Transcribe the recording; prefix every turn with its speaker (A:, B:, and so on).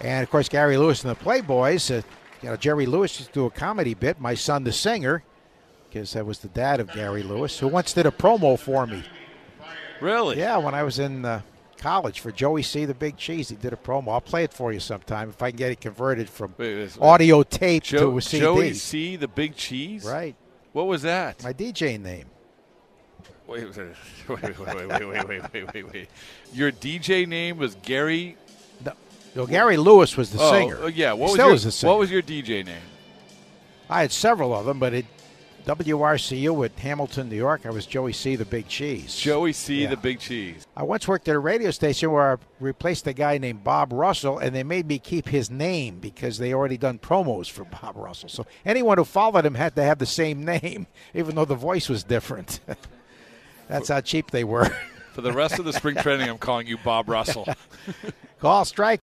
A: And of course, Gary Lewis and the Playboys. Uh, you know, Jerry Lewis used to do a comedy bit, My Son the Singer, because that was the dad of Gary Lewis, who once did a promo for me.
B: Really?
A: Yeah, when I was in uh, college for Joey C. the Big Cheese, he did a promo. I'll play it for you sometime if I can get it converted from
B: Wait, wait, wait.
A: audio tape
B: Joe-
A: to a CD.
B: Joey C, the big cheese.
A: Right,
B: What was that?
A: my DJ name.
B: Wait, wait, wait, wait, wait, wait, wait, wait, wait, wait. Your DJ name was Gary.
A: No, no, Gary Lewis was the
B: oh,
A: singer.
B: oh, yeah. What
A: He
B: was
A: still
B: your,
A: is the singer.
B: What was your DJ name?
A: I had several of them, but at WRCU at Hamilton, New York, I was Joey C. the Big Cheese.
B: Joey C,
A: Yeah.
B: the big cheese.
A: I once worked at a radio station where I replaced a guy named Bob Russell, and they made me keep his name because they already done promos for Bob Russell. So anyone who followed him had to have the same name, even though the voice was different. That's how cheap they were.
B: For the rest of the spring training, I'm calling you Bob Russell.
A: Call strike.